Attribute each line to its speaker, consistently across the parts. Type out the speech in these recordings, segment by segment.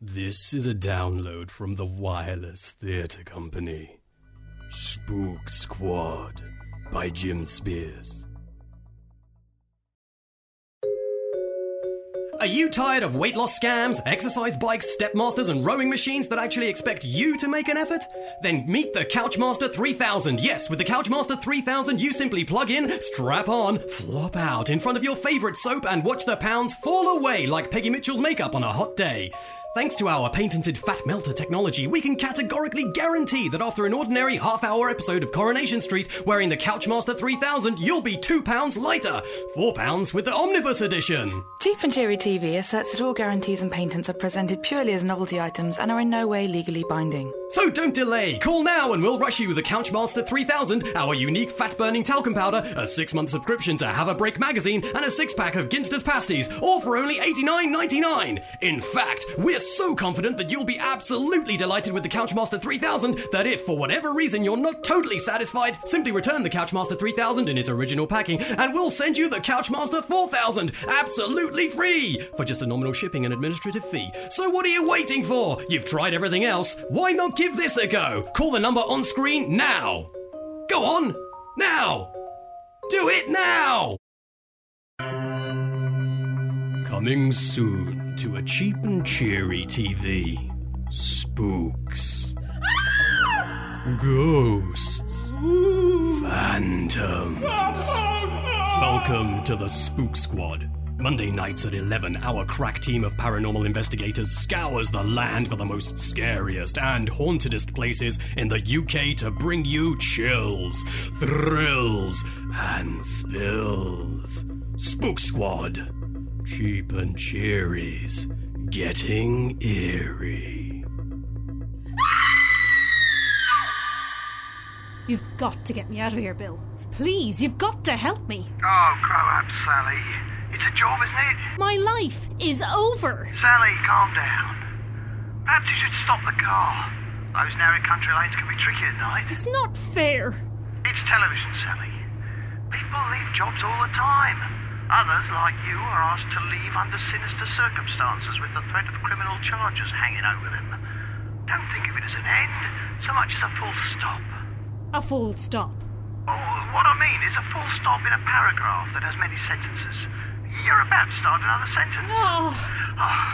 Speaker 1: This is a download from the Wireless Theatre Company. Spook Squad by Jim Spears. Are you tired of weight loss scams, exercise bikes, stepmasters, and rowing machines that actually expect you to make an effort? Then meet the Couchmaster 3000. Yes, with the Couchmaster 3000, you simply plug in, strap on, flop out in front of your favorite soap, and watch the pounds fall away like Peggy Mitchell's makeup on a hot day. Thanks to our patented fat melter technology, we can categorically guarantee that after an ordinary half hour episode of Coronation Street wearing the Couchmaster 3000, you'll be £2 lighter. £4 with the Omnibus Edition.
Speaker 2: Cheap and Cheery TV asserts that all guarantees and patents are presented purely as novelty items and are in no way legally binding.
Speaker 1: So don't delay. Call now and we'll rush you the Couchmaster 3000, our unique fat burning talcum powder, a six month subscription to Have a Break magazine, and a six pack of Ginster's pasties, all for only $89.99. In fact, we're so confident that you'll be absolutely delighted with the Couchmaster 3000 that if, for whatever reason, you're not totally satisfied, simply return the Couchmaster 3000 in its original packing and we'll send you the Couchmaster 4000 absolutely free for just a nominal shipping and administrative fee. So what are you waiting for? You've tried everything else. Why not give this a go? Call the number on screen now. Go on, now. Do it now. Coming soon to a cheap and cheery TV. Spooks. Ghosts. Phantoms. Welcome to the Spook Squad. Monday nights at 11, our crack team of paranormal investigators scours the land for the most scariest and hauntedest places in the UK to bring you chills, thrills, and spills. Spook Squad. Cheap and cheeries. Getting eerie.
Speaker 3: You've got to get me out of here, Bill. Please, you've got to help me.
Speaker 4: Oh, grow up, Sally. It's a job, isn't it?
Speaker 3: My life is over.
Speaker 4: Sally, calm down. Perhaps you should stop the car. Those narrow country lanes can be tricky at night.
Speaker 3: It's not fair.
Speaker 4: It's television, Sally. People leave jobs all the time. Others, like you, are asked to leave under sinister circumstances with the threat of criminal charges hanging over them. Don't think of it as an end, so much as a full stop.
Speaker 3: A full stop.
Speaker 4: Oh, what I mean is a full stop in a paragraph that has many sentences. You're about to start another sentence.
Speaker 3: Oh,
Speaker 4: Oh,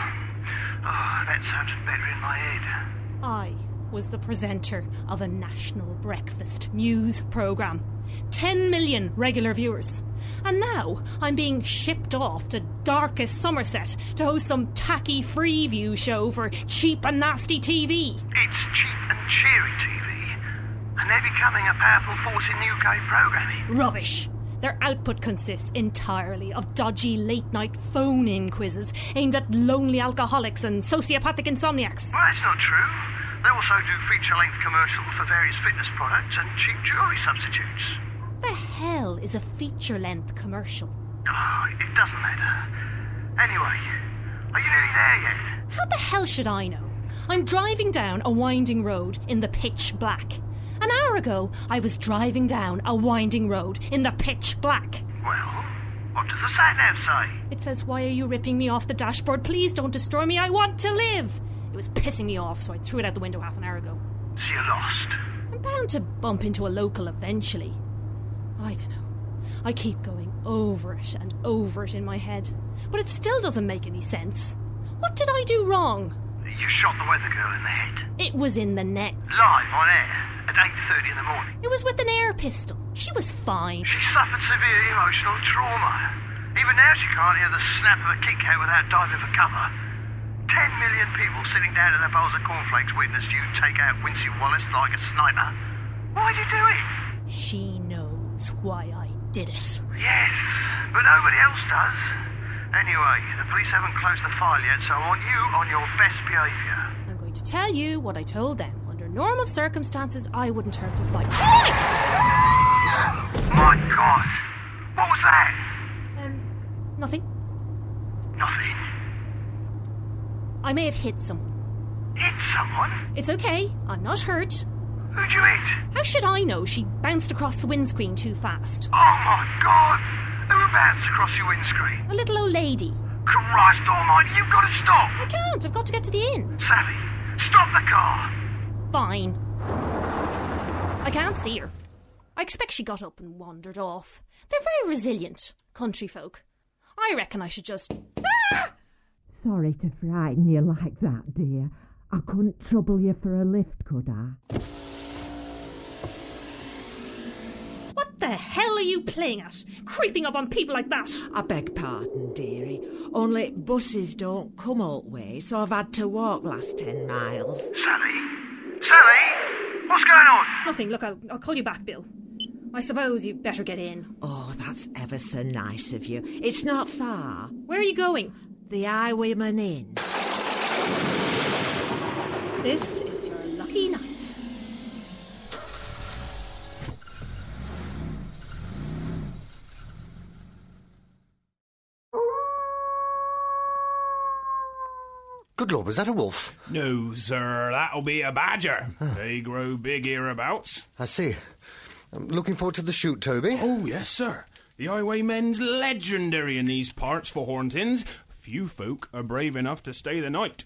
Speaker 4: oh, that sounded better in my head.
Speaker 3: I was the presenter of a national breakfast news program. 10 million regular viewers. And now I'm being shipped off to darkest Somerset to host some tacky freeview show for cheap and nasty TV.
Speaker 4: It's cheap and cheery TV, and they're becoming a powerful force in UK programming.
Speaker 3: Rubbish. Their output consists entirely of dodgy late night phone in quizzes aimed at lonely alcoholics and sociopathic insomniacs.
Speaker 4: Well, that's not true. They also do feature length commercials for various fitness products and cheap jewellery substitutes.
Speaker 3: What the hell is a feature length commercial?
Speaker 4: Oh, it doesn't matter. Anyway, are you nearly there yet?
Speaker 3: How the hell should I know? I'm driving down a winding road in the pitch black. An hour ago, I was driving down a winding road in the pitch black.
Speaker 4: Well, what does the sat nav say?
Speaker 3: It says, Why are you ripping me off the dashboard? Please don't destroy me. I want to live. It was pissing me off, so I threw it out the window half an hour ago.
Speaker 4: So you're lost.
Speaker 3: I'm bound to bump into a local eventually. I don't know. I keep going over it and over it in my head, but it still doesn't make any sense. What did I do wrong?
Speaker 4: You shot the weather girl in the head.
Speaker 3: It was in the net.
Speaker 4: Live on air at 8.30 in the morning.
Speaker 3: It was with an air pistol. She was fine.
Speaker 4: She suffered severe emotional trauma. Even now she can't hear the snap of a kick out without diving for cover. Ten million people sitting down in their bowls of cornflakes witnessed you take out Wincy Wallace like a sniper. Why'd you do it?
Speaker 3: She knows why I did it.
Speaker 4: Yes, but nobody else does. Anyway, the police haven't closed the file yet, so I want you on your best behaviour.
Speaker 3: I'm going to tell you what I told them. Under normal circumstances, I wouldn't hurt a fight. Christ!
Speaker 4: My God! What was that?
Speaker 3: Um, nothing.
Speaker 4: Nothing.
Speaker 3: I may have hit someone.
Speaker 4: Hit someone?
Speaker 3: It's okay. I'm not hurt.
Speaker 4: Who'd you hit?
Speaker 3: How should I know she bounced across the windscreen too fast?
Speaker 4: Oh my God! Who bounced across your windscreen?
Speaker 3: A little old lady.
Speaker 4: Christ almighty, you've got to stop!
Speaker 3: I can't. I've got to get to the inn.
Speaker 4: Sally, stop the car!
Speaker 3: Fine. I can't see her. I expect she got up and wandered off. They're very resilient, country folk. I reckon I should just. Ah!
Speaker 5: Sorry to frighten you like that, dear. I couldn't trouble you for a lift, could I?
Speaker 3: What the hell are you playing at? Creeping up on people like that?
Speaker 6: I beg pardon, dearie. Only buses don't come all the way, so I've had to walk last ten miles.
Speaker 4: Sally? Sally? What's going on?
Speaker 3: Nothing. Look, I'll, I'll call you back, Bill. I suppose you'd better get in.
Speaker 6: Oh, that's ever so nice of you. It's not far.
Speaker 3: Where are you going?
Speaker 6: The Highwayman Inn.
Speaker 3: This is your lucky night.
Speaker 7: Good lord, was that a wolf?
Speaker 8: No, sir, that'll be a badger. They grow big hereabouts.
Speaker 7: I see. I'm looking forward to the shoot, Toby.
Speaker 8: Oh, yes, sir. The highwaymen's legendary in these parts for Horntons. Few folk are brave enough to stay the night.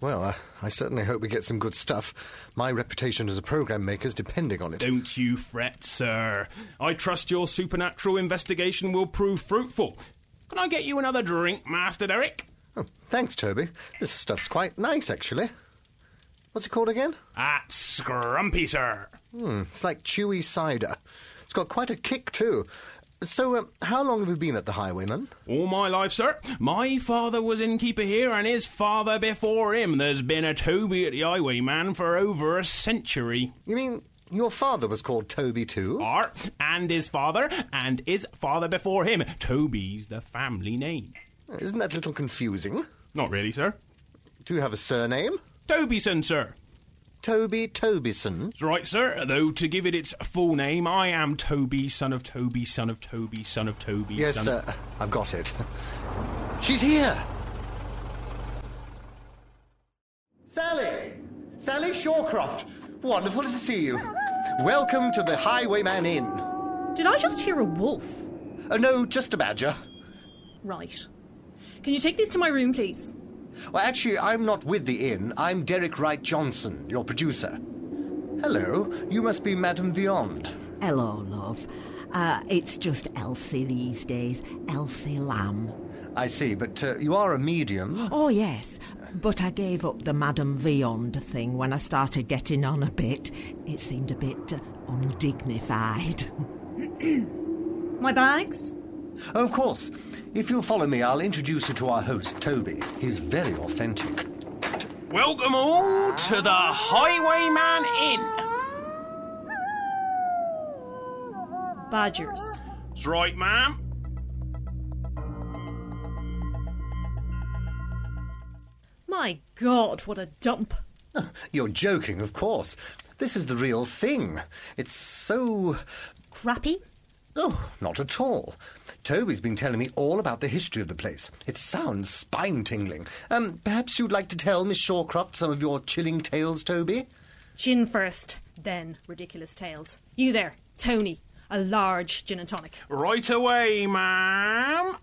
Speaker 7: Well, uh, I certainly hope we get some good stuff. My reputation as a programme maker is depending on it.
Speaker 8: Don't you fret, sir. I trust your supernatural investigation will prove fruitful. Can I get you another drink, Master Derek?
Speaker 7: Oh, thanks, Toby. This stuff's quite nice, actually. What's it called again?
Speaker 8: Ah. That's scrumpy, sir.
Speaker 7: Hmm, it's like chewy cider. It's got quite a kick, too. So, um, how long have you been at the Highwayman?
Speaker 8: All my life, sir. My father was innkeeper here, and his father before him. There's been a Toby at the Highwayman for over a century.
Speaker 7: You mean your father was called Toby, too?
Speaker 8: Are and his father, and his father before him. Toby's the family name.
Speaker 7: Isn't that a little confusing?
Speaker 8: Not really, sir.
Speaker 7: Do you have a surname?
Speaker 8: Tobyson, sir.
Speaker 7: Toby Tobyson.
Speaker 8: That's right, sir. Though to give it its full name, I am Toby, son of Toby, son of Toby, son of Toby.
Speaker 7: Yes,
Speaker 8: son
Speaker 7: sir. I've got it. She's here! Sally! Sally Shawcroft! Wonderful to see you. Welcome to the Highwayman Inn.
Speaker 3: Did I just hear a wolf?
Speaker 7: Oh, no, just a badger.
Speaker 3: Right. Can you take these to my room, please?
Speaker 7: Well, actually, I'm not with the inn. I'm Derek Wright Johnson, your producer. Hello, you must be Madame Viand.
Speaker 5: Hello, love. Uh, it's just Elsie these days. Elsie Lamb.
Speaker 7: I see, but uh, you are a medium.
Speaker 6: Oh, yes. But I gave up the Madame Viand thing when I started getting on a bit. It seemed a bit uh, undignified.
Speaker 3: My bags?
Speaker 7: Of course. If you'll follow me, I'll introduce you to our host, Toby. He's very authentic.
Speaker 8: Welcome all to the Highwayman Inn.
Speaker 3: Badgers.
Speaker 8: That's right, ma'am.
Speaker 3: My god, what a dump.
Speaker 7: You're joking, of course. This is the real thing. It's so.
Speaker 3: Crappy?
Speaker 7: Oh, not at all. Toby's been telling me all about the history of the place. It sounds spine tingling. Um, perhaps you'd like to tell Miss Shawcroft some of your chilling tales, Toby?
Speaker 3: Gin first, then ridiculous tales. You there, Tony. A large gin and tonic.
Speaker 8: Right away, ma'am.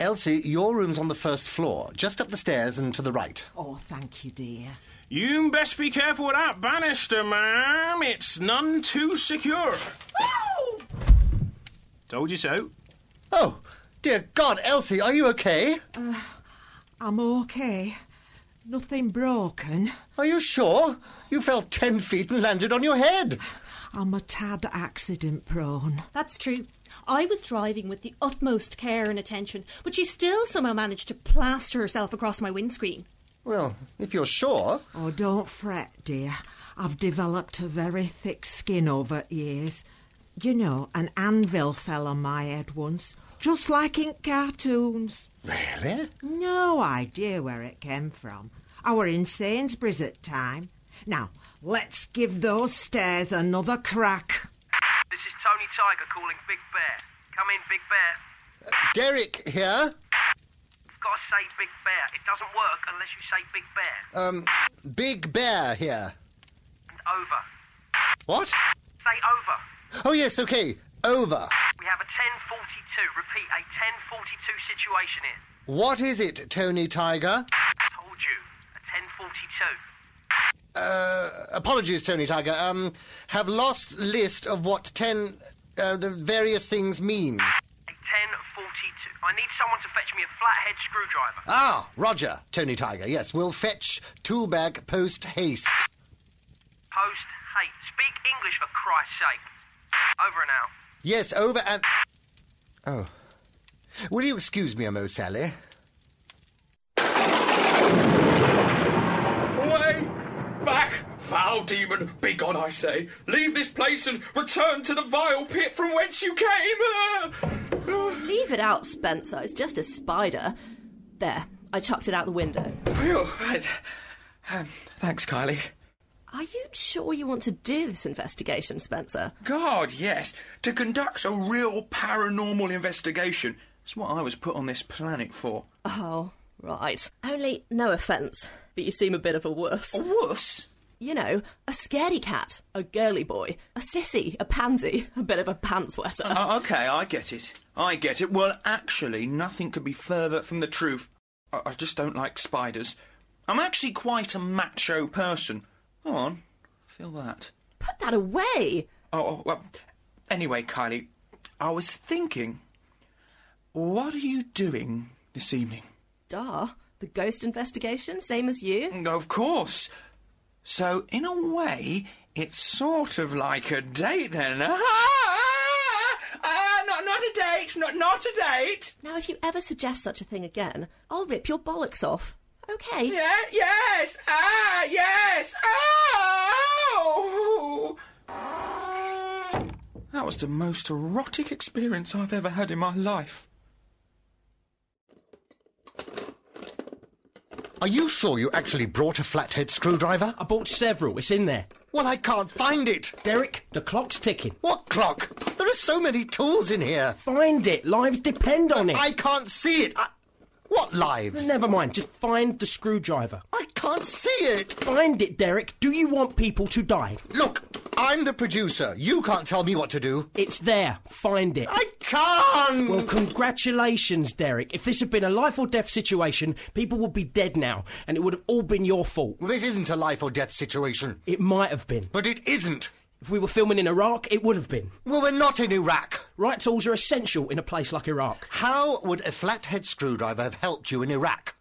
Speaker 7: Elsie, your room's on the first floor, just up the stairs and to the right.
Speaker 6: oh, thank you, dear.
Speaker 8: You best be careful with that banister, ma'am. It's none too secure. Told you so.
Speaker 7: Oh, dear God, Elsie, are you okay?
Speaker 6: Uh, I'm okay. Nothing broken.
Speaker 7: Are you sure? You fell ten feet and landed on your head.
Speaker 6: I'm a tad accident prone.
Speaker 3: That's true. I was driving with the utmost care and attention, but she still somehow managed to plaster herself across my windscreen.
Speaker 7: Well, if you're sure.
Speaker 6: Oh, don't fret, dear. I've developed a very thick skin over years. You know, an anvil fell on my head once, just like in cartoons.
Speaker 7: Really?
Speaker 6: No idea where it came from. I were in Sainsbury's at time. Now, let's give those stairs another crack.
Speaker 4: This is Tony Tiger calling Big Bear. Come in, Big Bear.
Speaker 7: Derek here.
Speaker 4: You've got to say Big Bear. It doesn't work unless you say Big Bear.
Speaker 7: Um, Big Bear here.
Speaker 4: And over.
Speaker 7: What?
Speaker 4: Say over.
Speaker 7: Oh, yes, okay. Over.
Speaker 4: We have a 1042. Repeat, a 1042 situation here.
Speaker 7: What is it, Tony Tiger?
Speaker 4: Told you. At 10.42.
Speaker 7: Uh, Apologies, Tony Tiger. Um, have lost list of what ten uh, the various things mean.
Speaker 4: At 10.42. I need someone to fetch me a flathead screwdriver.
Speaker 7: Ah, Roger, Tony Tiger. Yes, we'll fetch tool bag post haste.
Speaker 4: Post, hey, speak English for Christ's sake. Over and out.
Speaker 7: Yes, over and. Oh, will you excuse me, a mo, Sally?
Speaker 9: Away! Back! Foul demon, be gone, I say! Leave this place and return to the vile pit from whence you came! Ah!
Speaker 10: Leave it out, Spencer. It's just a spider. There, I chucked it out the window.
Speaker 9: Phew, right. Um, thanks, Kylie.
Speaker 10: Are you sure you want to do this investigation, Spencer?
Speaker 9: God, yes. To conduct a real paranormal investigation is what I was put on this planet for.
Speaker 10: Oh, right. Only, no offence, but you seem a bit of a worse.
Speaker 9: A wuss?
Speaker 10: You know, a scaredy cat, a girly boy, a sissy, a pansy, a bit of a pantsweater.
Speaker 9: Uh, okay, I get it. I get it. Well, actually, nothing could be further from the truth. I, I just don't like spiders. I'm actually quite a macho person. Come on, feel that.
Speaker 10: Put that away!
Speaker 9: Oh, oh, well, anyway, Kylie, I was thinking, what are you doing this evening?
Speaker 10: Duh. Ah, The ghost investigation, same as you?
Speaker 9: Of course. So, in a way, it's sort of like a date then. Ah, ah, ah, not, not a date, not, not a date.
Speaker 10: Now, if you ever suggest such a thing again, I'll rip your bollocks off. Okay.
Speaker 9: Yeah, yes, ah, yes, oh! That was the most erotic experience I've ever had in my life.
Speaker 7: Are you sure you actually brought a flathead screwdriver?
Speaker 11: I bought several. It's in there.
Speaker 7: Well, I can't find it.
Speaker 11: Derek, the clock's ticking.
Speaker 7: What clock? There are so many tools in here.
Speaker 11: Find it. Lives depend on it.
Speaker 7: I can't see it. I... What lives?
Speaker 11: Never mind. Just find the screwdriver.
Speaker 7: I can't see it.
Speaker 11: Find it, Derek. Do you want people to die?
Speaker 7: Look, I'm the producer. You can't tell me what to do.
Speaker 11: It's there. Find it.
Speaker 7: I can't.
Speaker 11: Well, congratulations, Derek. If this had been a life or death situation, people would be dead now, and it would have all been your fault.
Speaker 7: This isn't a life or death situation,
Speaker 11: It might have been.
Speaker 7: but it isn't.
Speaker 11: If we were filming in Iraq, it would have been.
Speaker 7: Well, we're not in Iraq.
Speaker 11: Right tools are essential in a place like Iraq.
Speaker 7: How would a flathead screwdriver have helped you in Iraq?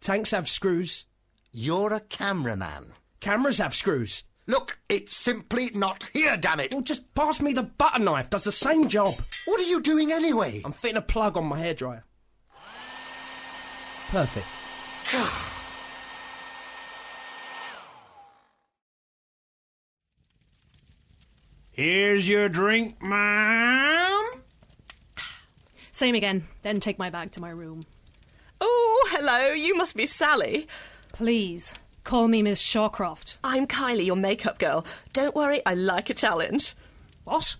Speaker 11: Tanks have screws.
Speaker 7: You're a cameraman.
Speaker 11: Cameras have screws.
Speaker 7: Look, it's simply not here, damn it.
Speaker 11: Well, just pass me the butter knife. Does the same job.
Speaker 7: What are you doing anyway?
Speaker 11: I'm fitting a plug on my hairdryer. Perfect.
Speaker 8: Here's your drink, ma'am.
Speaker 3: Same again. Then take my bag to my room.
Speaker 10: Oh, hello. You must be Sally.
Speaker 3: Please, call me Miss Shawcroft.
Speaker 10: I'm Kylie, your makeup girl. Don't worry, I like a challenge.
Speaker 3: What?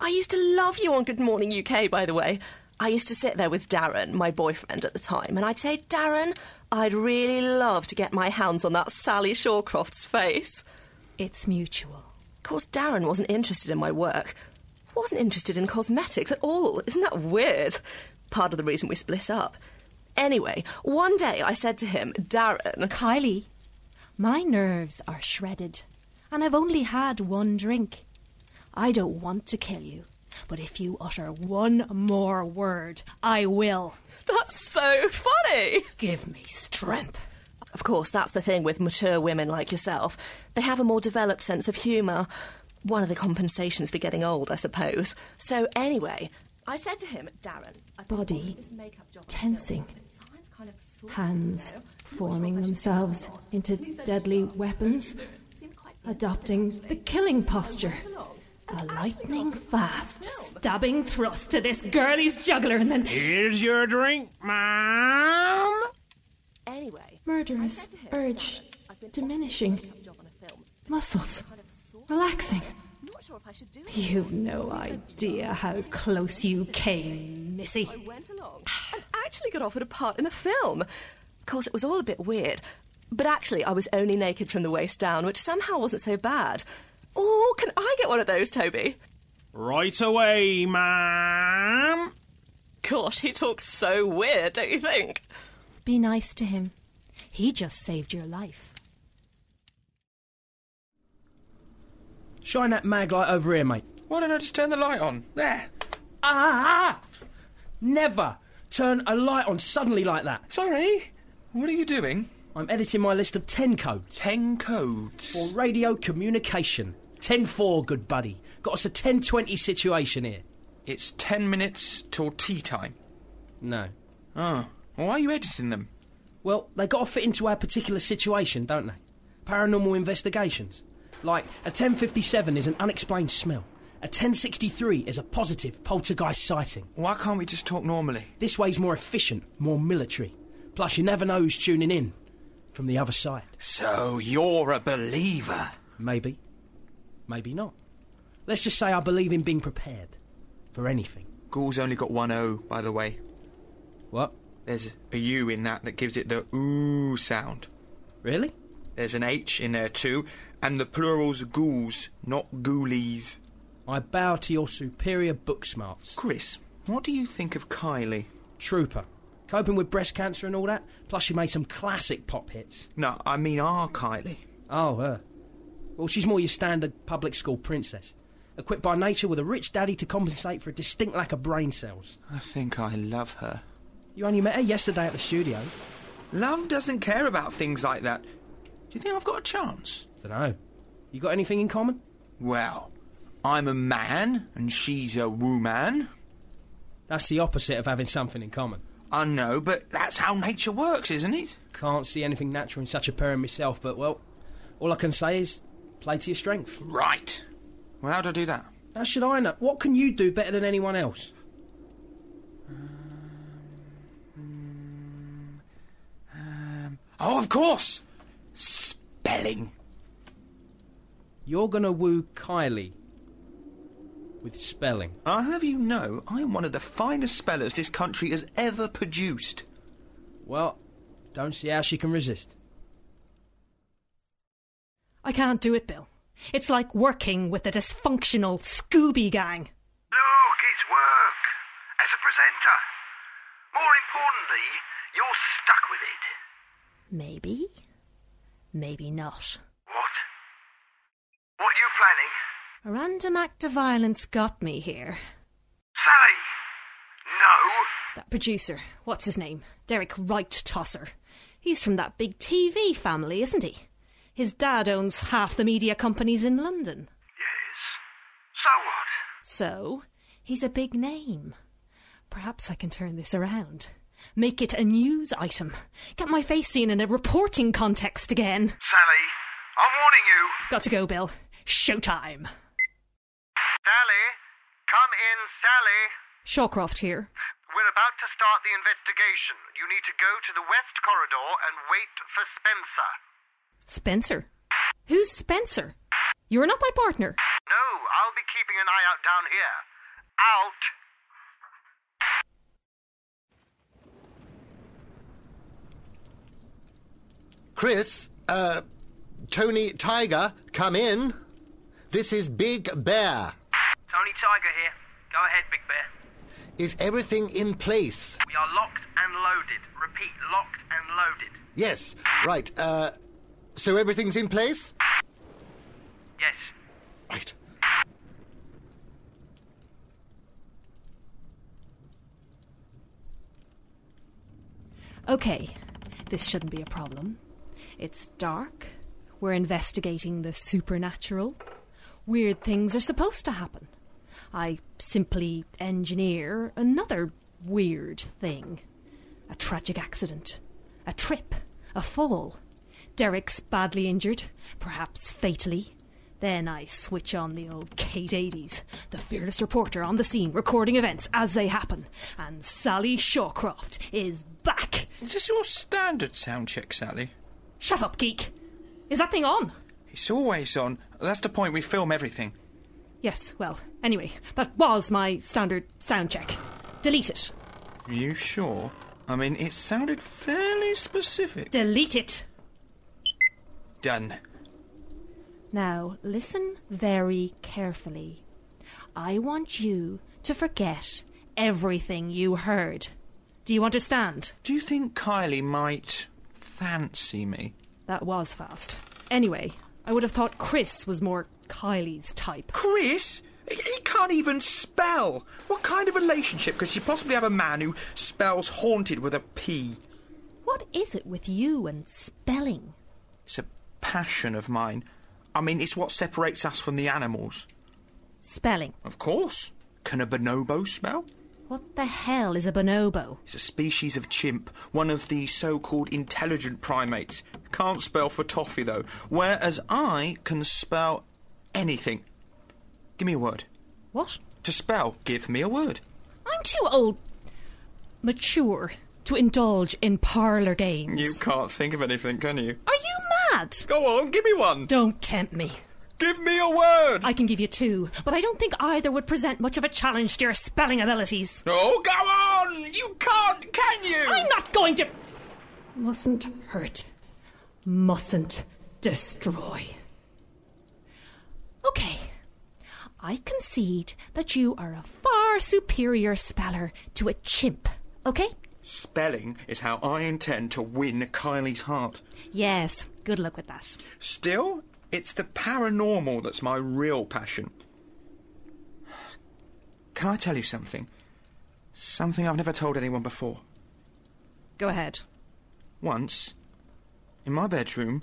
Speaker 10: I used to love you on Good Morning UK, by the way. I used to sit there with Darren, my boyfriend at the time, and I'd say, Darren, I'd really love to get my hands on that Sally Shawcroft's face.
Speaker 3: It's mutual.
Speaker 10: Of course, Darren wasn't interested in my work, wasn't interested in cosmetics at all. Isn't that weird? Part of the reason we split up. Anyway, one day I said to him, Darren,
Speaker 3: Kylie, my nerves are shredded, and I've only had one drink. I don't want to kill you, but if you utter one more word, I will.
Speaker 10: that's so funny.
Speaker 3: Give me strength.
Speaker 10: Of course, that's the thing with mature women like yourself. They have a more developed sense of humour. One of the compensations for getting old, I suppose. So, anyway, I said to him, Darren, I've been
Speaker 12: Body
Speaker 10: wanting this makeup job for
Speaker 12: tensing.
Speaker 10: so long, but science kind of sorts it,
Speaker 12: hands
Speaker 10: you know. Not sure if
Speaker 12: forming
Speaker 10: I should
Speaker 12: themselves
Speaker 10: do it or not.
Speaker 12: into
Speaker 10: And he said,
Speaker 12: deadly
Speaker 10: "Well,
Speaker 12: weapons,
Speaker 10: seemed quite
Speaker 12: adopting the killing posture. A lightning fast
Speaker 3: Stabbing thrust to this girly's juggler, and then
Speaker 8: Here's your drink, ma'am.
Speaker 10: Anyway,
Speaker 12: murderous urge, diminishing
Speaker 10: job on a film.
Speaker 12: muscles, relaxing.
Speaker 10: Not sure if I should do it.
Speaker 12: You've no idea how close you came,
Speaker 3: Missy.
Speaker 10: went along and actually got offered a part in the film. Of course, it was all a bit weird, but actually, I was only naked from the waist down, which somehow wasn't so bad. Oh, can I get one of those, Toby?
Speaker 8: Right away, ma'am.
Speaker 10: Gosh, he talks so weird, don't you think?
Speaker 12: Be nice to him. He just saved your life.
Speaker 11: Shine that mag light over here, mate.
Speaker 9: Why don't I just turn the light on?
Speaker 11: There. Ah! Never turn a light on suddenly like that.
Speaker 9: Sorry. What are you doing?
Speaker 11: I'm editing my list of 10 codes.
Speaker 9: 10 codes?
Speaker 11: For radio communication. 10 4, good buddy. Got us a 10 20 situation here.
Speaker 9: It's 10 minutes till tea time.
Speaker 11: No.
Speaker 9: Oh. Why are you editing them?
Speaker 11: Well, they got to fit into our particular situation, don't they? Paranormal investigations. Like, a 1057 is an unexplained smell. A 1063 is a positive poltergeist sighting.
Speaker 9: Why can't we just talk normally?
Speaker 11: This way's more efficient, more military. Plus, you never know who's tuning in from the other side.
Speaker 9: So you're a believer?
Speaker 11: Maybe. Maybe not. Let's just say I believe in being prepared for anything.
Speaker 9: Ghoul's only got one O, by the way.
Speaker 11: What?
Speaker 9: There's a U in that that gives it the ooh sound.
Speaker 11: Really?
Speaker 9: There's an H in there too, and the plural's ghouls, not ghoulies.
Speaker 11: I bow to your superior book smarts.
Speaker 9: Chris, what do you think of Kylie?
Speaker 11: Trooper. Coping with breast cancer and all that. Plus, she made some classic pop hits.
Speaker 9: No, I mean our Kylie.
Speaker 11: Oh, her. Well, she's more your standard public school princess. Equipped by nature with a rich daddy to compensate for a distinct lack of brain cells.
Speaker 9: I think I love her.
Speaker 11: You only met her yesterday at the studios.
Speaker 9: Love doesn't care about things like that. Do you think I've got a chance?
Speaker 11: Dunno. You got anything in common?
Speaker 9: Well, I'm a man and she's a woman.
Speaker 11: That's the opposite of having something in common.
Speaker 9: I know, but that's how nature works, isn't it?
Speaker 11: Can't see anything natural in such a pairing myself, but well, all I can say is play to your strength.
Speaker 9: Right. Well, how do I do that?
Speaker 11: How should I know? What can you do better than anyone else?
Speaker 9: Um, Oh, of course! Spelling.
Speaker 11: You're gonna woo Kylie with spelling.
Speaker 9: I'll have you know, I'm one of the finest spellers this country has ever produced.
Speaker 11: Well, don't see how she can resist.
Speaker 3: I can't do it, Bill. It's like working with a dysfunctional Scooby gang.
Speaker 4: Look, it's work. As a presenter. More importantly, you're stuck with it.
Speaker 12: Maybe. Maybe not.
Speaker 4: What? What are you planning?
Speaker 3: A random act of violence got me here.
Speaker 4: Sally! No!
Speaker 3: That producer, what's his name? Derek Wright Tosser. He's from that big TV family, isn't he? His dad owns half the media companies in London.
Speaker 4: Yes. So what?
Speaker 3: So, he's a big name. Perhaps I can turn this around. Make it a news item. Get my face seen in a reporting context again.
Speaker 4: Sally, I'm warning you.
Speaker 3: Got to go, Bill. Showtime.
Speaker 4: Sally, come in, Sally.
Speaker 3: Shawcroft here.
Speaker 4: We're about to start the investigation. You need to go to the west corridor and wait for Spencer.
Speaker 3: Spencer. Who's Spencer? You're not my partner.
Speaker 4: No, I'll be keeping an eye out down here. Out.
Speaker 7: Chris, uh, Tony Tiger, come in. This is Big Bear.
Speaker 13: Tony Tiger here. Go ahead, Big Bear.
Speaker 7: Is everything in place?
Speaker 13: We are locked and loaded. Repeat, locked and loaded.
Speaker 7: Yes, right. Uh, so everything's in place?
Speaker 13: Yes.
Speaker 7: Right.
Speaker 3: Okay, this shouldn't be a problem. It's dark. We're investigating the supernatural. Weird things are supposed to happen. I simply engineer another weird thing a tragic accident, a trip, a fall. Derek's badly injured, perhaps fatally. Then I switch on the old Kate 80s, the fearless reporter on the scene recording events as they happen. And Sally Shawcroft is back.
Speaker 9: Is this your standard sound check, Sally?
Speaker 3: Shut up, geek. Is that thing on?
Speaker 9: It's always on. That's the point, we film everything.
Speaker 3: Yes, well, anyway, that was my standard sound check. Delete it.
Speaker 9: You sure? I mean, it sounded fairly specific.
Speaker 3: Delete it.
Speaker 9: Done.
Speaker 12: Now, listen very carefully.
Speaker 3: I want you to forget everything you heard. Do you understand?
Speaker 9: Do you think Kylie might fancy me?
Speaker 3: That was fast. Anyway, I would have thought Chris was more Kylie's type.
Speaker 9: Chris? He can't even spell. What kind of relationship could she possibly have a man who spells haunted with a P?
Speaker 3: What is it with you and spelling?
Speaker 9: It's a passion of mine. I mean, it's what separates us from the animals.
Speaker 3: Spelling.
Speaker 9: Of course. Can a bonobo smell?
Speaker 3: What the hell is a bonobo?
Speaker 9: It's a species of chimp, one of the so called intelligent primates. Can't spell for toffee, though, whereas I can spell anything. Give me a word.
Speaker 3: What?
Speaker 9: To spell, give me a word.
Speaker 3: I'm too old, mature, to indulge in parlour games.
Speaker 9: You can't think of anything, can you?
Speaker 3: Are you mad?
Speaker 9: Go on, give me one.
Speaker 3: Don't tempt me.
Speaker 9: Give me a word.
Speaker 3: I can give you two, but I don't think either would present much of a challenge to your spelling abilities.
Speaker 9: Oh, go on! You can't, can you?
Speaker 3: I'm not going to.
Speaker 12: Mustn't hurt. Mustn't destroy.
Speaker 3: Okay. I concede that you are a far superior speller to a chimp, okay?
Speaker 9: Spelling is how I intend to win Kylie's heart.
Speaker 3: Yes, good luck with that.
Speaker 9: Still, it's the paranormal that's my real passion. Can I tell you something? Something I've never told anyone before.
Speaker 3: Go ahead.
Speaker 9: Once, in my bedroom,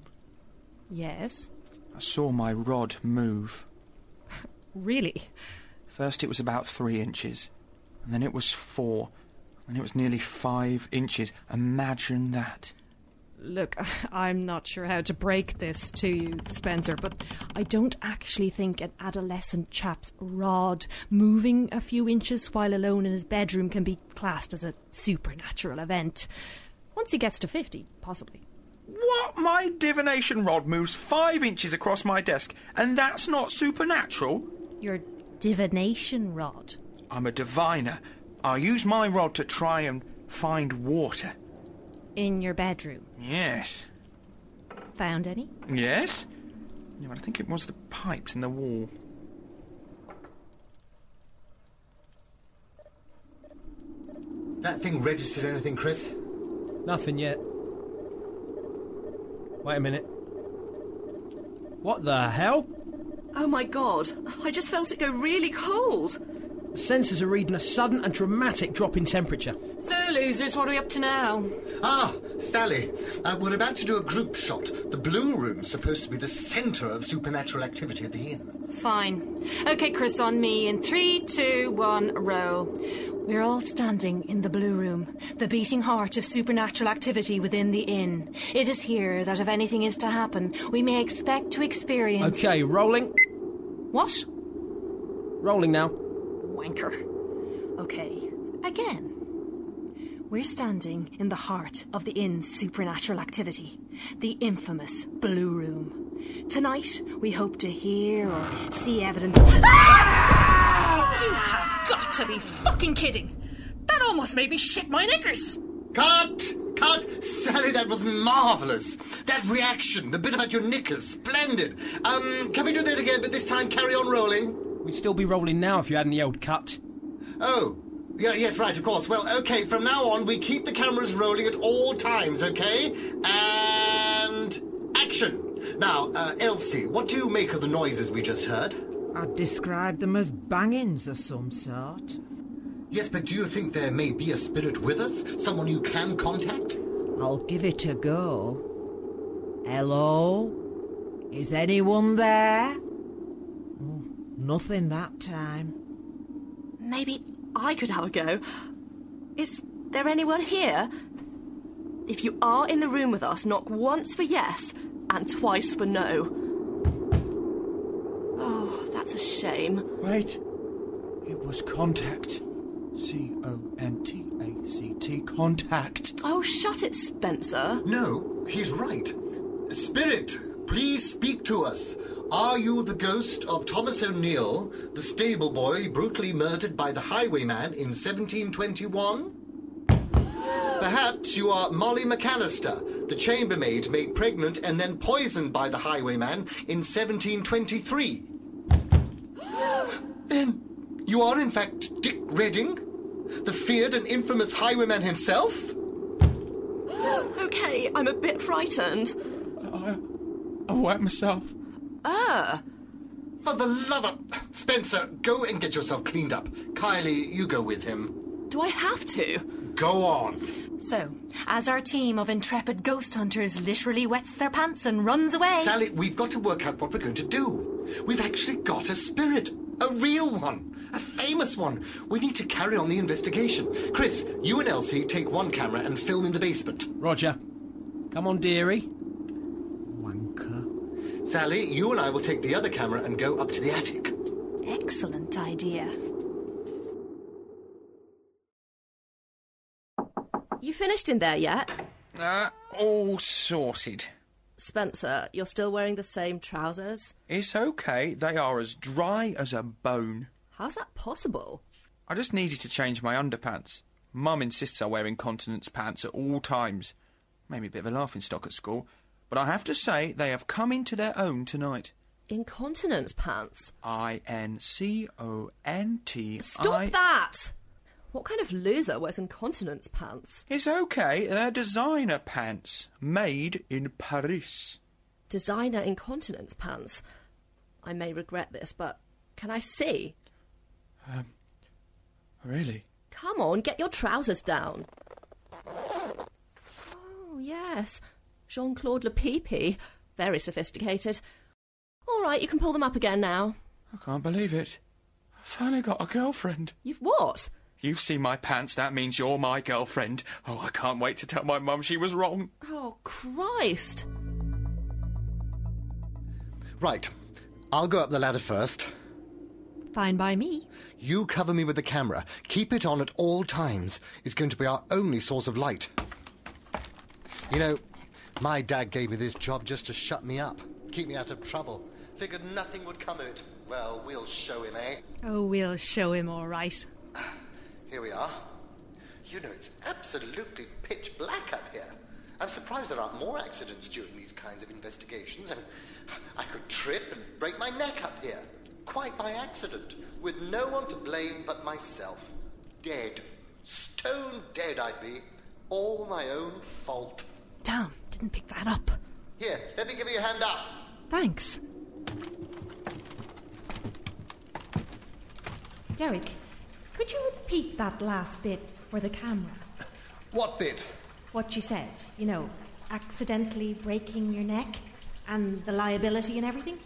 Speaker 3: Yes?
Speaker 9: I saw my rod move.
Speaker 3: Really?
Speaker 9: First, it was about three inches, and then it was four, and it was nearly five inches. Imagine that.
Speaker 3: Look, I'm not sure how to break this to you, Spencer, but I don't actually think an adolescent chap's rod moving a few inches while alone in his bedroom can be classed as a supernatural event. Once he gets to 50, possibly.
Speaker 9: What? My divination rod moves five inches across my desk, and that's not supernatural?
Speaker 3: Your divination rod?
Speaker 9: I'm a diviner. I use my rod to try and find water.
Speaker 3: In your bedroom.
Speaker 9: Yes.
Speaker 3: Found any?
Speaker 9: Yes? Yeah, but I think it was the pipes in the wall.
Speaker 7: That thing registered anything, Chris?
Speaker 11: Nothing yet. Wait a minute. What the hell?
Speaker 10: Oh my god, I just felt it go really cold.
Speaker 11: The sensors are reading a sudden and dramatic drop in temperature.
Speaker 12: So, losers, what are we up to now?
Speaker 7: Ah, Sally, uh, we're about to do a group shot. The Blue Room's supposed to be the centre of supernatural activity at the inn.
Speaker 12: Fine. Okay, Chris, on me in three, two, one, roll. We're all standing in the Blue Room, the beating heart of supernatural activity within the inn. It is here that if anything is to happen, we may expect to experience.
Speaker 11: Okay, rolling.
Speaker 12: What?
Speaker 11: Rolling now.
Speaker 12: Wanker. Okay, again. We're standing in the heart of the inn's supernatural activity, the infamous Blue Room. Tonight, we hope to hear or see evidence. Ah!
Speaker 3: You have got to be fucking kidding! That almost made me shit my knickers!
Speaker 7: Cut! Cut! Sally, that was marvellous. That reaction, the bit about your knickers, splendid. Um, can we do that again, but this time carry on rolling?
Speaker 11: We'd still be rolling now if you hadn't yelled cut.
Speaker 7: Oh, yeah, yes, right, of course. Well, okay, from now on, we keep the cameras rolling at all times, okay? And action! Now, uh, Elsie, what do you make of the noises we just heard?
Speaker 6: I'd describe them as bangings of some sort.
Speaker 7: Yes, but do you think there may be a spirit with us? Someone you can contact?
Speaker 6: I'll give it a go. Hello? Is anyone there? Oh, nothing that time.
Speaker 10: Maybe I could have a go. Is there anyone here? If you are in the room with us, knock once for yes and twice for no. Oh, that's a shame.
Speaker 9: Wait. It was contact. C O N T A C T. Contact.
Speaker 10: Oh, shut it, Spencer.
Speaker 7: No, he's right. Spirit, please speak to us. Are you the ghost of Thomas O'Neill, the stable boy brutally murdered by the highwayman in 1721? Perhaps you are Molly McAllister, the chambermaid made pregnant and then poisoned by the highwayman in 1723. then you are, in fact, Dick Redding, The feared and infamous highwayman himself?
Speaker 10: okay, I'm a bit frightened.
Speaker 7: I wet myself.
Speaker 10: Ah.
Speaker 7: For the love of. Spencer, go and get yourself cleaned up. Kylie, you go with him.
Speaker 12: Do I have to?
Speaker 7: Go on.
Speaker 12: So, as our team of intrepid ghost hunters literally wets their pants and runs away.
Speaker 7: Sally, we've got to work out what we're going to do. We've actually got a spirit. A real one. A famous one. We need to carry on the investigation. Chris, you and Elsie take one camera and film in the basement.
Speaker 11: Roger. Come on, dearie.
Speaker 7: Sally, you and I will take the other camera and go up to the attic.
Speaker 12: Excellent idea.
Speaker 10: You finished in there yet?
Speaker 9: Uh, all sorted.
Speaker 10: Spencer, you're still wearing the same trousers?
Speaker 9: It's okay. They are as dry as a bone.
Speaker 10: How's that possible?
Speaker 9: I just needed to change my underpants. Mum insists I wear incontinence pants at all times. Made me a bit of a laughing stock at school, but I have to say they have come into their own tonight.
Speaker 10: Incontinence pants?
Speaker 9: I N C O N T.
Speaker 10: Stop that! What kind of loser wears incontinence pants?
Speaker 9: It's okay. They're designer pants made in Paris.
Speaker 10: Designer incontinence pants? I may regret this, but can I see?
Speaker 9: Um, really?
Speaker 10: Come on, get your trousers down. Oh, yes. Jean Claude Le Peepee. Very sophisticated. All right, you can pull them up again now.
Speaker 9: I can't believe it. I finally got a girlfriend.
Speaker 10: You've what?
Speaker 9: You've seen my pants, that means you're my girlfriend. Oh, I can't wait to tell my mum she was wrong.
Speaker 10: Oh, Christ.
Speaker 7: Right. I'll go up the ladder first.
Speaker 3: Fine by me.
Speaker 7: You cover me with the camera. Keep it on at all times. It's going to be our only source of light. You know, my dad gave me this job just to shut me up, keep me out of trouble. Figured nothing would come of it. Well, we'll show him, eh?
Speaker 3: Oh, we'll show him all right.
Speaker 7: Here we are. You know, it's absolutely pitch black up here. I'm surprised there aren't more accidents during these kinds of investigations. I mean, I could trip and break my neck up here, quite by accident, with no one to blame but myself. Dead. Stone dead, I'd be. All my own fault.
Speaker 3: Damn, didn't pick that up.
Speaker 7: Here, let me give you a hand up.
Speaker 3: Thanks. Derek, could you repeat that last bit for the camera?
Speaker 7: What bit?
Speaker 3: What you said, you know, accidentally breaking your neck and the liability and everything?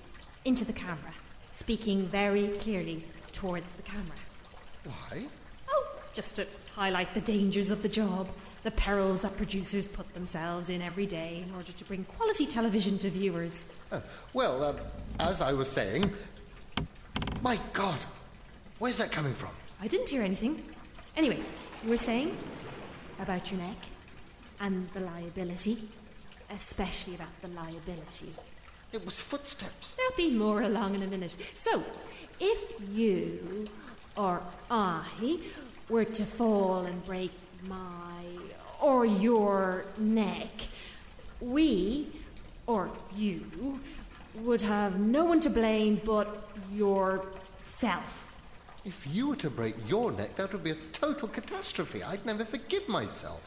Speaker 3: Into the camera, speaking very clearly towards the camera.
Speaker 7: Why?
Speaker 3: just to highlight the dangers of the job, the perils that producers put themselves in every day in order to bring quality television to viewers.
Speaker 7: Oh, well, um, as I was saying, my God, where's that coming from?
Speaker 3: I didn't hear anything. Anyway, you were saying about your neck and the liability, especially about the liability.
Speaker 7: It was footsteps.
Speaker 3: There'll be more along in a minute. So, if you or I were to fall and break my or your neck, we or you would have no one to blame but yourself.
Speaker 7: If you were to break your neck, that would be a total catastrophe. I'd never forgive myself.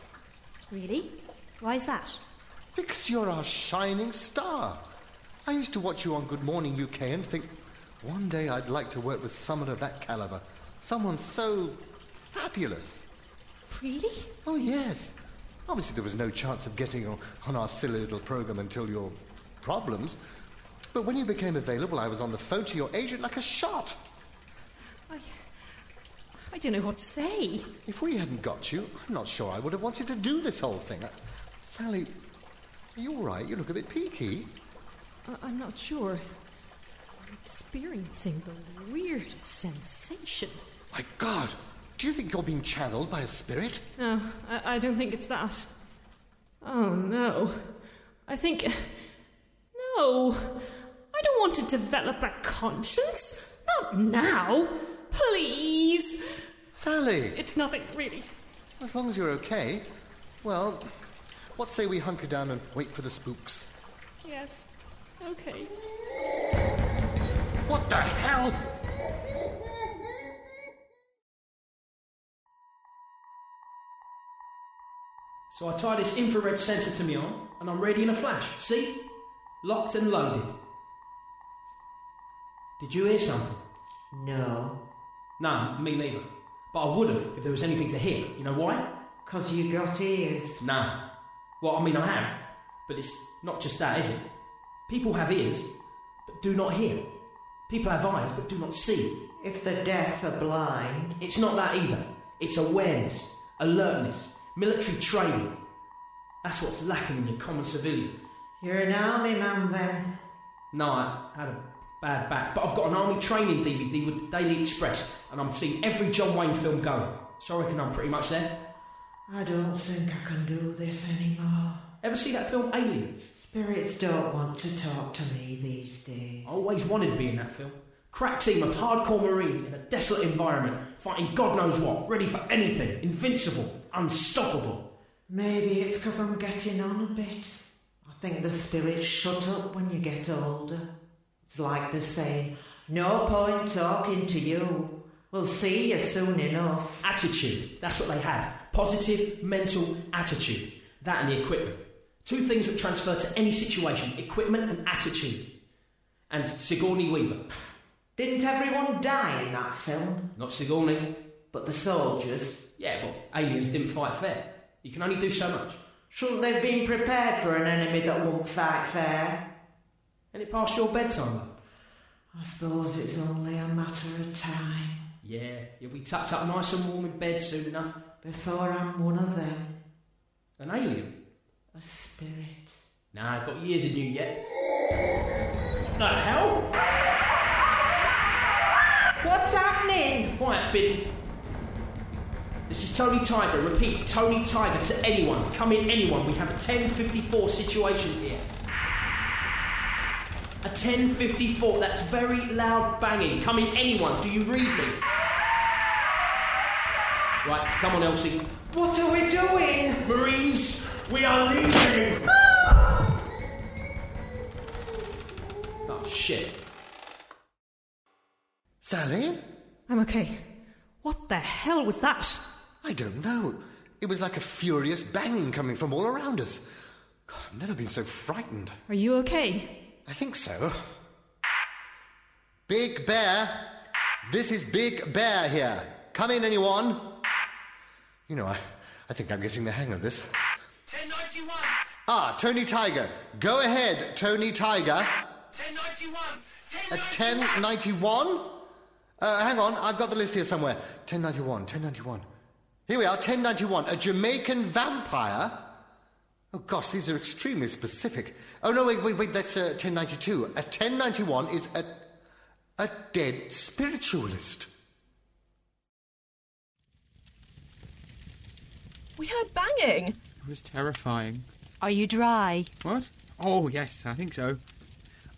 Speaker 3: Really? Why's that?
Speaker 7: Because you're our shining star. I used to watch you on Good Morning UK and think, one day I'd like to work with someone of that caliber. Someone so fabulous.
Speaker 3: Really?
Speaker 7: Oh, yes. Obviously, there was no chance of getting on, on our silly little program until your problems. But when you became available, I was on the phone to your agent like a shot.
Speaker 3: I don't know what to say.
Speaker 7: If we hadn't got you, I'm not sure I would have wanted to do this whole thing. Uh, Sally, are you all right? You look a bit peaky.
Speaker 3: I- am not sure. I'm experiencing the weirdest sensation.
Speaker 7: My God, do you think you're being channeled by a spirit?
Speaker 3: No, I, I don't think it's that. Oh no. I think. No! I don't want to develop a conscience! Not now! Please!
Speaker 7: Sally,
Speaker 3: It's nothing, really.
Speaker 7: as long as you're okay. Well, what say we hunker down and wait for the spooks?
Speaker 3: Yes. Okay.
Speaker 7: What the hell?
Speaker 11: So I tie this infrared sensor to my arm, and I'm ready in a flash. See? Locked and loaded. Did you hear something? No. No, me neither. But I would have if there was anything to hear. You know why? Because you got ears. No. Well, I mean, I have. But it's not just that, is it? People have ears, but do not hear. People have eyes, but do not see. If the deaf are blind. It's not that either. It's awareness, alertness, military training. That's what's lacking in your common civilian.
Speaker 6: You're an army man then.
Speaker 11: No, I had a bad back, but I've got an army training DVD with the Daily Express, and I'm seeing every John Wayne film going. So I reckon I'm pretty much there.
Speaker 6: I don't think I can do this anymore.
Speaker 11: Ever see that film Aliens?
Speaker 6: Spirits don't want to talk to me these days.
Speaker 11: I always wanted to be in that film. Crack team of hardcore Marines in a desolate environment, fighting God knows what, ready for anything, invincible, unstoppable.
Speaker 6: Maybe it's 'cause I'm getting on a bit. I think the spirits shut up when you get older. It's like the saying, no point talking to you. We'll see you soon enough.
Speaker 11: Attitude, that's what they had. Positive mental attitude. That and the equipment. Two things that transfer to any situation equipment and attitude. And Sigourney Weaver.
Speaker 6: Didn't everyone die in that film?
Speaker 11: Not Sigourney.
Speaker 6: But the soldiers?
Speaker 11: Yeah, but aliens didn't fight fair. You can only do so much.
Speaker 6: Shouldn't they have been prepared for an enemy that won't fight fair?
Speaker 11: And it passed your bedtime, love.
Speaker 6: I suppose it's only a matter of time
Speaker 11: Yeah, you'll be tucked up nice and warm in bed soon enough.
Speaker 6: before I'm one of them.
Speaker 11: An alien?
Speaker 6: A spirit.
Speaker 11: Nah, got years in you yet. What the hell?
Speaker 6: What's happening?
Speaker 11: Quiet, Biddy. This is Tony Tiger. Repeat, Tony Tiger to anyone. Come in, anyone. We have a 1054 situation here. A 1054. That's very loud banging. Come in, anyone. Do you read me? Right, come on, Elsie.
Speaker 6: What are we doing?
Speaker 11: Marines, we are leaving. oh shit.
Speaker 7: Sally?
Speaker 3: I'm okay. What the hell was that?
Speaker 7: I don't know. It was like a furious banging coming from all around us. God, I've never been so frightened.
Speaker 3: Are you okay?
Speaker 7: I think so. Big Bear! This is Big Bear here. Come in, anyone. You know, I, I think I'm getting the hang of this.
Speaker 14: 1091!
Speaker 7: Ah, Tony Tiger. Go ahead, Tony Tiger.
Speaker 14: 1091!
Speaker 7: A 1091? Uh, hang on, I've got the list here somewhere. 1091, 1091. Here we are, 1091. A Jamaican vampire? Oh gosh, these are extremely specific. Oh no, wait, wait, wait, that's uh, 1092. A 1091 is a, a dead spiritualist.
Speaker 10: We heard banging.
Speaker 15: It was terrifying.
Speaker 3: Are you dry?
Speaker 15: What? Oh, yes, I think so.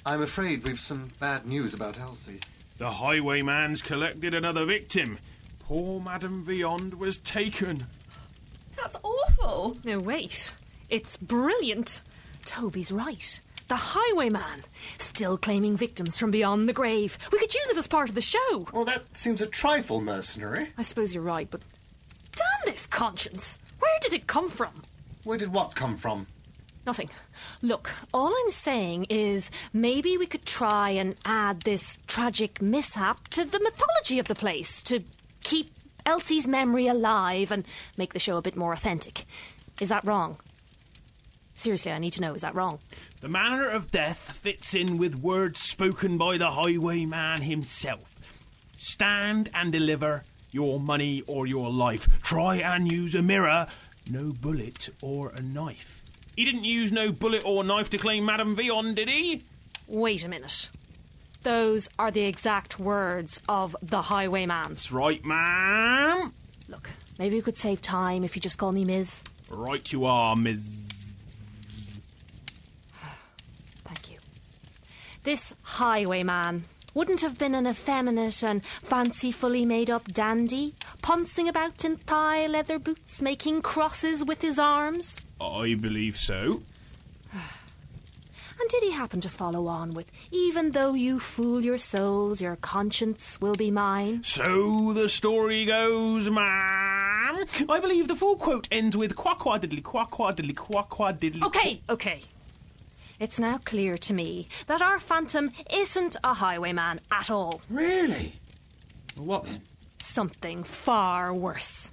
Speaker 7: I'm afraid we've some bad news about Elsie.
Speaker 8: The highwayman's collected another victim. Poor Madame Viand was taken.
Speaker 10: That's awful.
Speaker 3: No, wait. It's brilliant. Toby's right. The highwayman. Still claiming victims from beyond the grave. We could use it as part of the show.
Speaker 7: Well, that seems a trifle mercenary.
Speaker 3: I suppose you're right, but. Damn this conscience! Where did it come from?
Speaker 7: Where did what come from?
Speaker 3: Nothing. Look, all I'm saying is maybe we could try and add this tragic mishap to the mythology of the place to keep Elsie's memory alive and make the show a bit more authentic. Is that wrong? Seriously, I need to know, is that wrong?
Speaker 8: The manner of death fits in with words spoken by the highwayman himself. Stand and deliver your money or your life. Try and use a mirror, no bullet or a knife. He didn't use no bullet or knife to claim Madame Vion, did he?
Speaker 3: Wait a minute. Those are the exact words of the highwayman.
Speaker 8: That's right, ma'am.
Speaker 3: Look, maybe we could save time if you just call me Ms.
Speaker 8: Right you are, Miss.
Speaker 3: Thank you. This highwayman wouldn't have been an effeminate and fancifully made up dandy, pouncing about in thigh leather boots, making crosses with his arms.
Speaker 8: I believe so.
Speaker 3: And did he happen to follow on with, even though you fool your souls, your conscience will be mine?
Speaker 8: So the story goes, ma'am. man. I believe the full quote ends with qua qua diddly qua qua diddly qua qua diddly.
Speaker 3: Okay, okay. It's now clear to me that our phantom isn't a highwayman at all.
Speaker 16: Really?
Speaker 9: What then?
Speaker 3: Something far worse.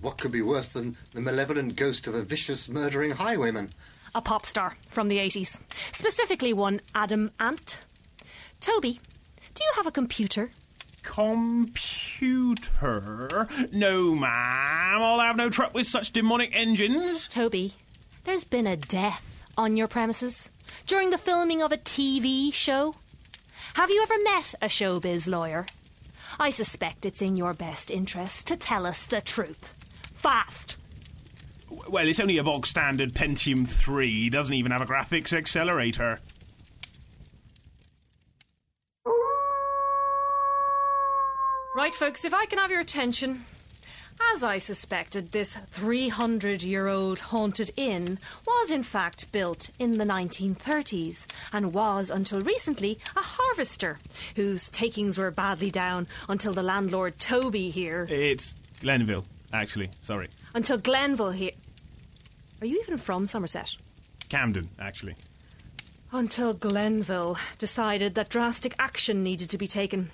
Speaker 17: What could be worse than the malevolent ghost of a vicious, murdering highwayman?
Speaker 3: A pop star from the 80s. Specifically, one Adam Ant. Toby, do you have a computer?
Speaker 8: Computer? No, ma'am. I'll have no truck with such demonic engines.
Speaker 3: Toby, there's been a death on your premises during the filming of a TV show. Have you ever met a showbiz lawyer? I suspect it's in your best interest to tell us the truth. Fast!
Speaker 8: W- Well, it's only a bog standard Pentium 3, doesn't even have a graphics accelerator.
Speaker 18: Right, folks, if I can have your attention. As I suspected, this
Speaker 3: 300 year old haunted inn was in fact built in the 1930s and was until recently a harvester whose takings were badly down until the landlord Toby here,
Speaker 8: It's Glenville, actually. Sorry.
Speaker 3: until Glenville here. Are you even from Somerset?
Speaker 8: Camden, actually.
Speaker 3: Until Glenville decided that drastic action needed to be taken.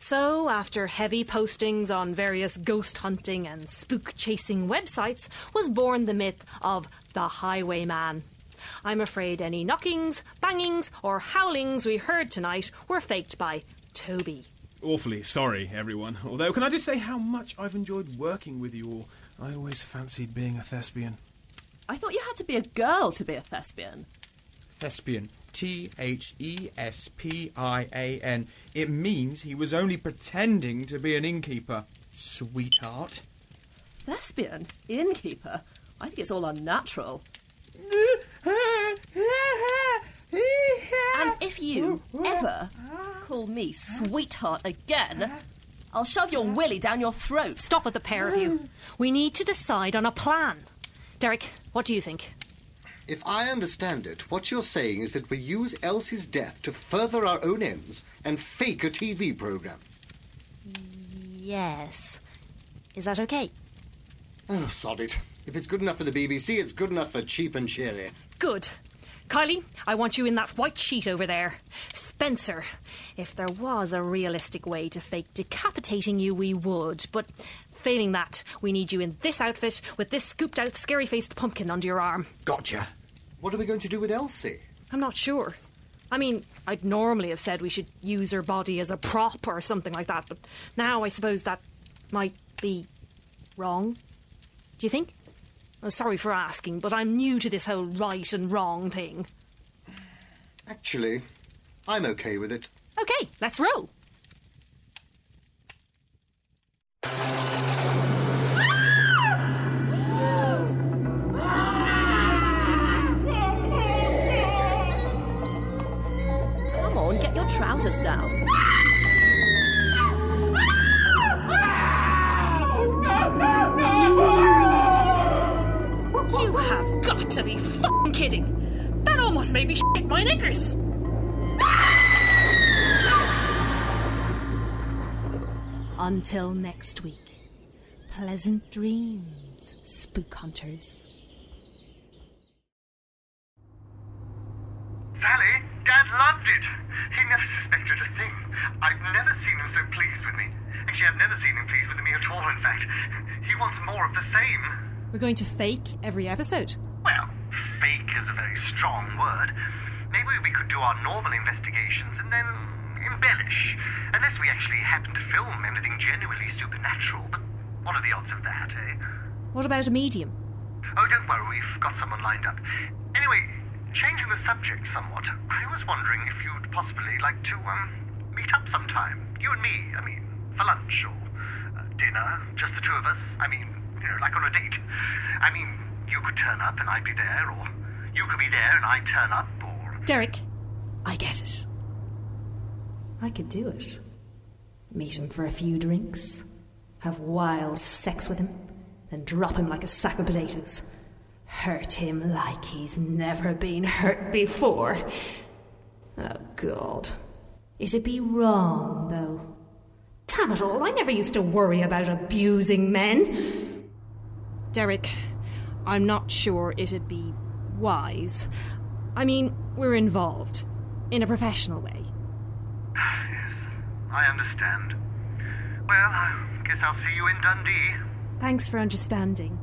Speaker 3: So, after heavy postings on various ghost hunting and spook chasing websites, was born the myth of the Highwayman. I'm afraid any knockings, bangings, or howlings we heard tonight were faked by Toby.
Speaker 8: Awfully sorry, everyone. Although, can I just say how much I've enjoyed working with you all? I always fancied being a thespian.
Speaker 10: I thought you had to be a girl to be a thespian.
Speaker 9: Thespian. T H E S P I A N. It means he was only pretending to be an innkeeper. Sweetheart.
Speaker 10: Thespian? Innkeeper? I think it's all unnatural. and if you ever call me sweetheart again, I'll shove your willy down your throat.
Speaker 3: Stop with the pair of you. We need to decide on a plan. Derek, what do you think?
Speaker 17: If I understand it, what you're saying is that we use Elsie's death to further our own ends and fake a TV program.
Speaker 3: Yes. Is that okay?
Speaker 17: Oh, sod it. If it's good enough for the BBC, it's good enough for cheap and cheery.
Speaker 3: Good. Kylie, I want you in that white sheet over there. Spencer, if there was a realistic way to fake decapitating you, we would. But failing that, we need you in this outfit with this scooped out, scary faced pumpkin under your arm.
Speaker 17: Gotcha. What are we going to do with Elsie?
Speaker 3: I'm not sure. I mean, I'd normally have said we should use her body as a prop or something like that, but now I suppose that might be wrong. Do you think? Oh, sorry for asking, but I'm new to this whole right and wrong thing.
Speaker 17: Actually, I'm okay with it.
Speaker 3: Okay, let's roll.
Speaker 10: Come on, get your trousers down.
Speaker 3: You have got to be fucking kidding. That almost made me shit my knickers.
Speaker 18: Until next week, pleasant dreams, spook hunters.
Speaker 7: Sally, Dad loved it. He never suspected a thing. I've never seen him so pleased with me. Actually, I've never seen him pleased with me at all, in fact. He wants more of the same.
Speaker 3: We're going to fake every episode.
Speaker 7: Well, fake is a very strong word. Maybe we could do our normal investigations and then embellish. Unless we actually happen to film anything genuinely supernatural, but what are the odds of that, eh?
Speaker 3: What about a medium?
Speaker 7: Oh, don't worry, we've got someone lined up. Anyway, changing the subject somewhat, I was wondering if you'd possibly like to, um, meet up sometime. You and me, I mean, for lunch or uh, dinner, just the two of us. I mean, you know, like on a date. I mean, you could turn up and I'd be there, or you could be there and I'd turn up, or.
Speaker 3: Derek.
Speaker 18: I get it. I could do it. Meet him for a few drinks, have wild sex with him, then drop him like a sack of potatoes. Hurt him like he's never been hurt before. Oh, God. It'd be wrong, though.
Speaker 3: Damn it all, I never used to worry about abusing men. Derek, I'm not sure it'd be wise. I mean, we're involved in a professional way.
Speaker 13: I understand. Well, I guess I'll see you in Dundee.
Speaker 3: Thanks for understanding.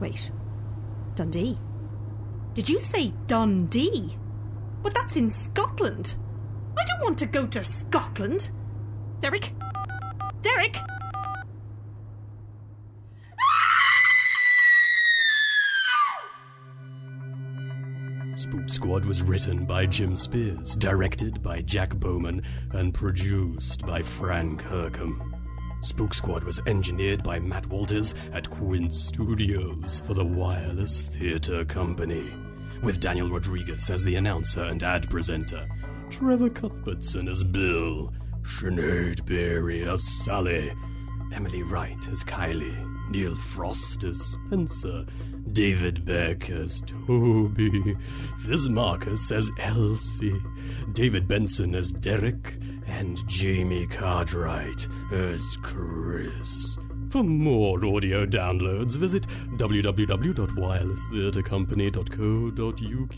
Speaker 3: Wait. Dundee? Did you say Dundee? But that's in Scotland. I don't want to go to Scotland. Derek? Derek? Ah!
Speaker 1: Spook Squad was written by Jim Spears, directed by Jack Bowman, and produced by Fran Kirkham. Spook Squad was engineered by Matt Walters at Quinn Studios for the Wireless Theatre Company, with Daniel Rodriguez as the announcer and ad presenter, Trevor Cuthbertson as Bill, Sinead Berry as Sally, Emily Wright as Kylie, Neil Frost as Spencer, David Beck as Toby, Fizz Marcus as Elsie, David Benson as Derek, and Jamie Cartwright as Chris. For more audio downloads, visit www.wirelesstheatrecompany.co.uk.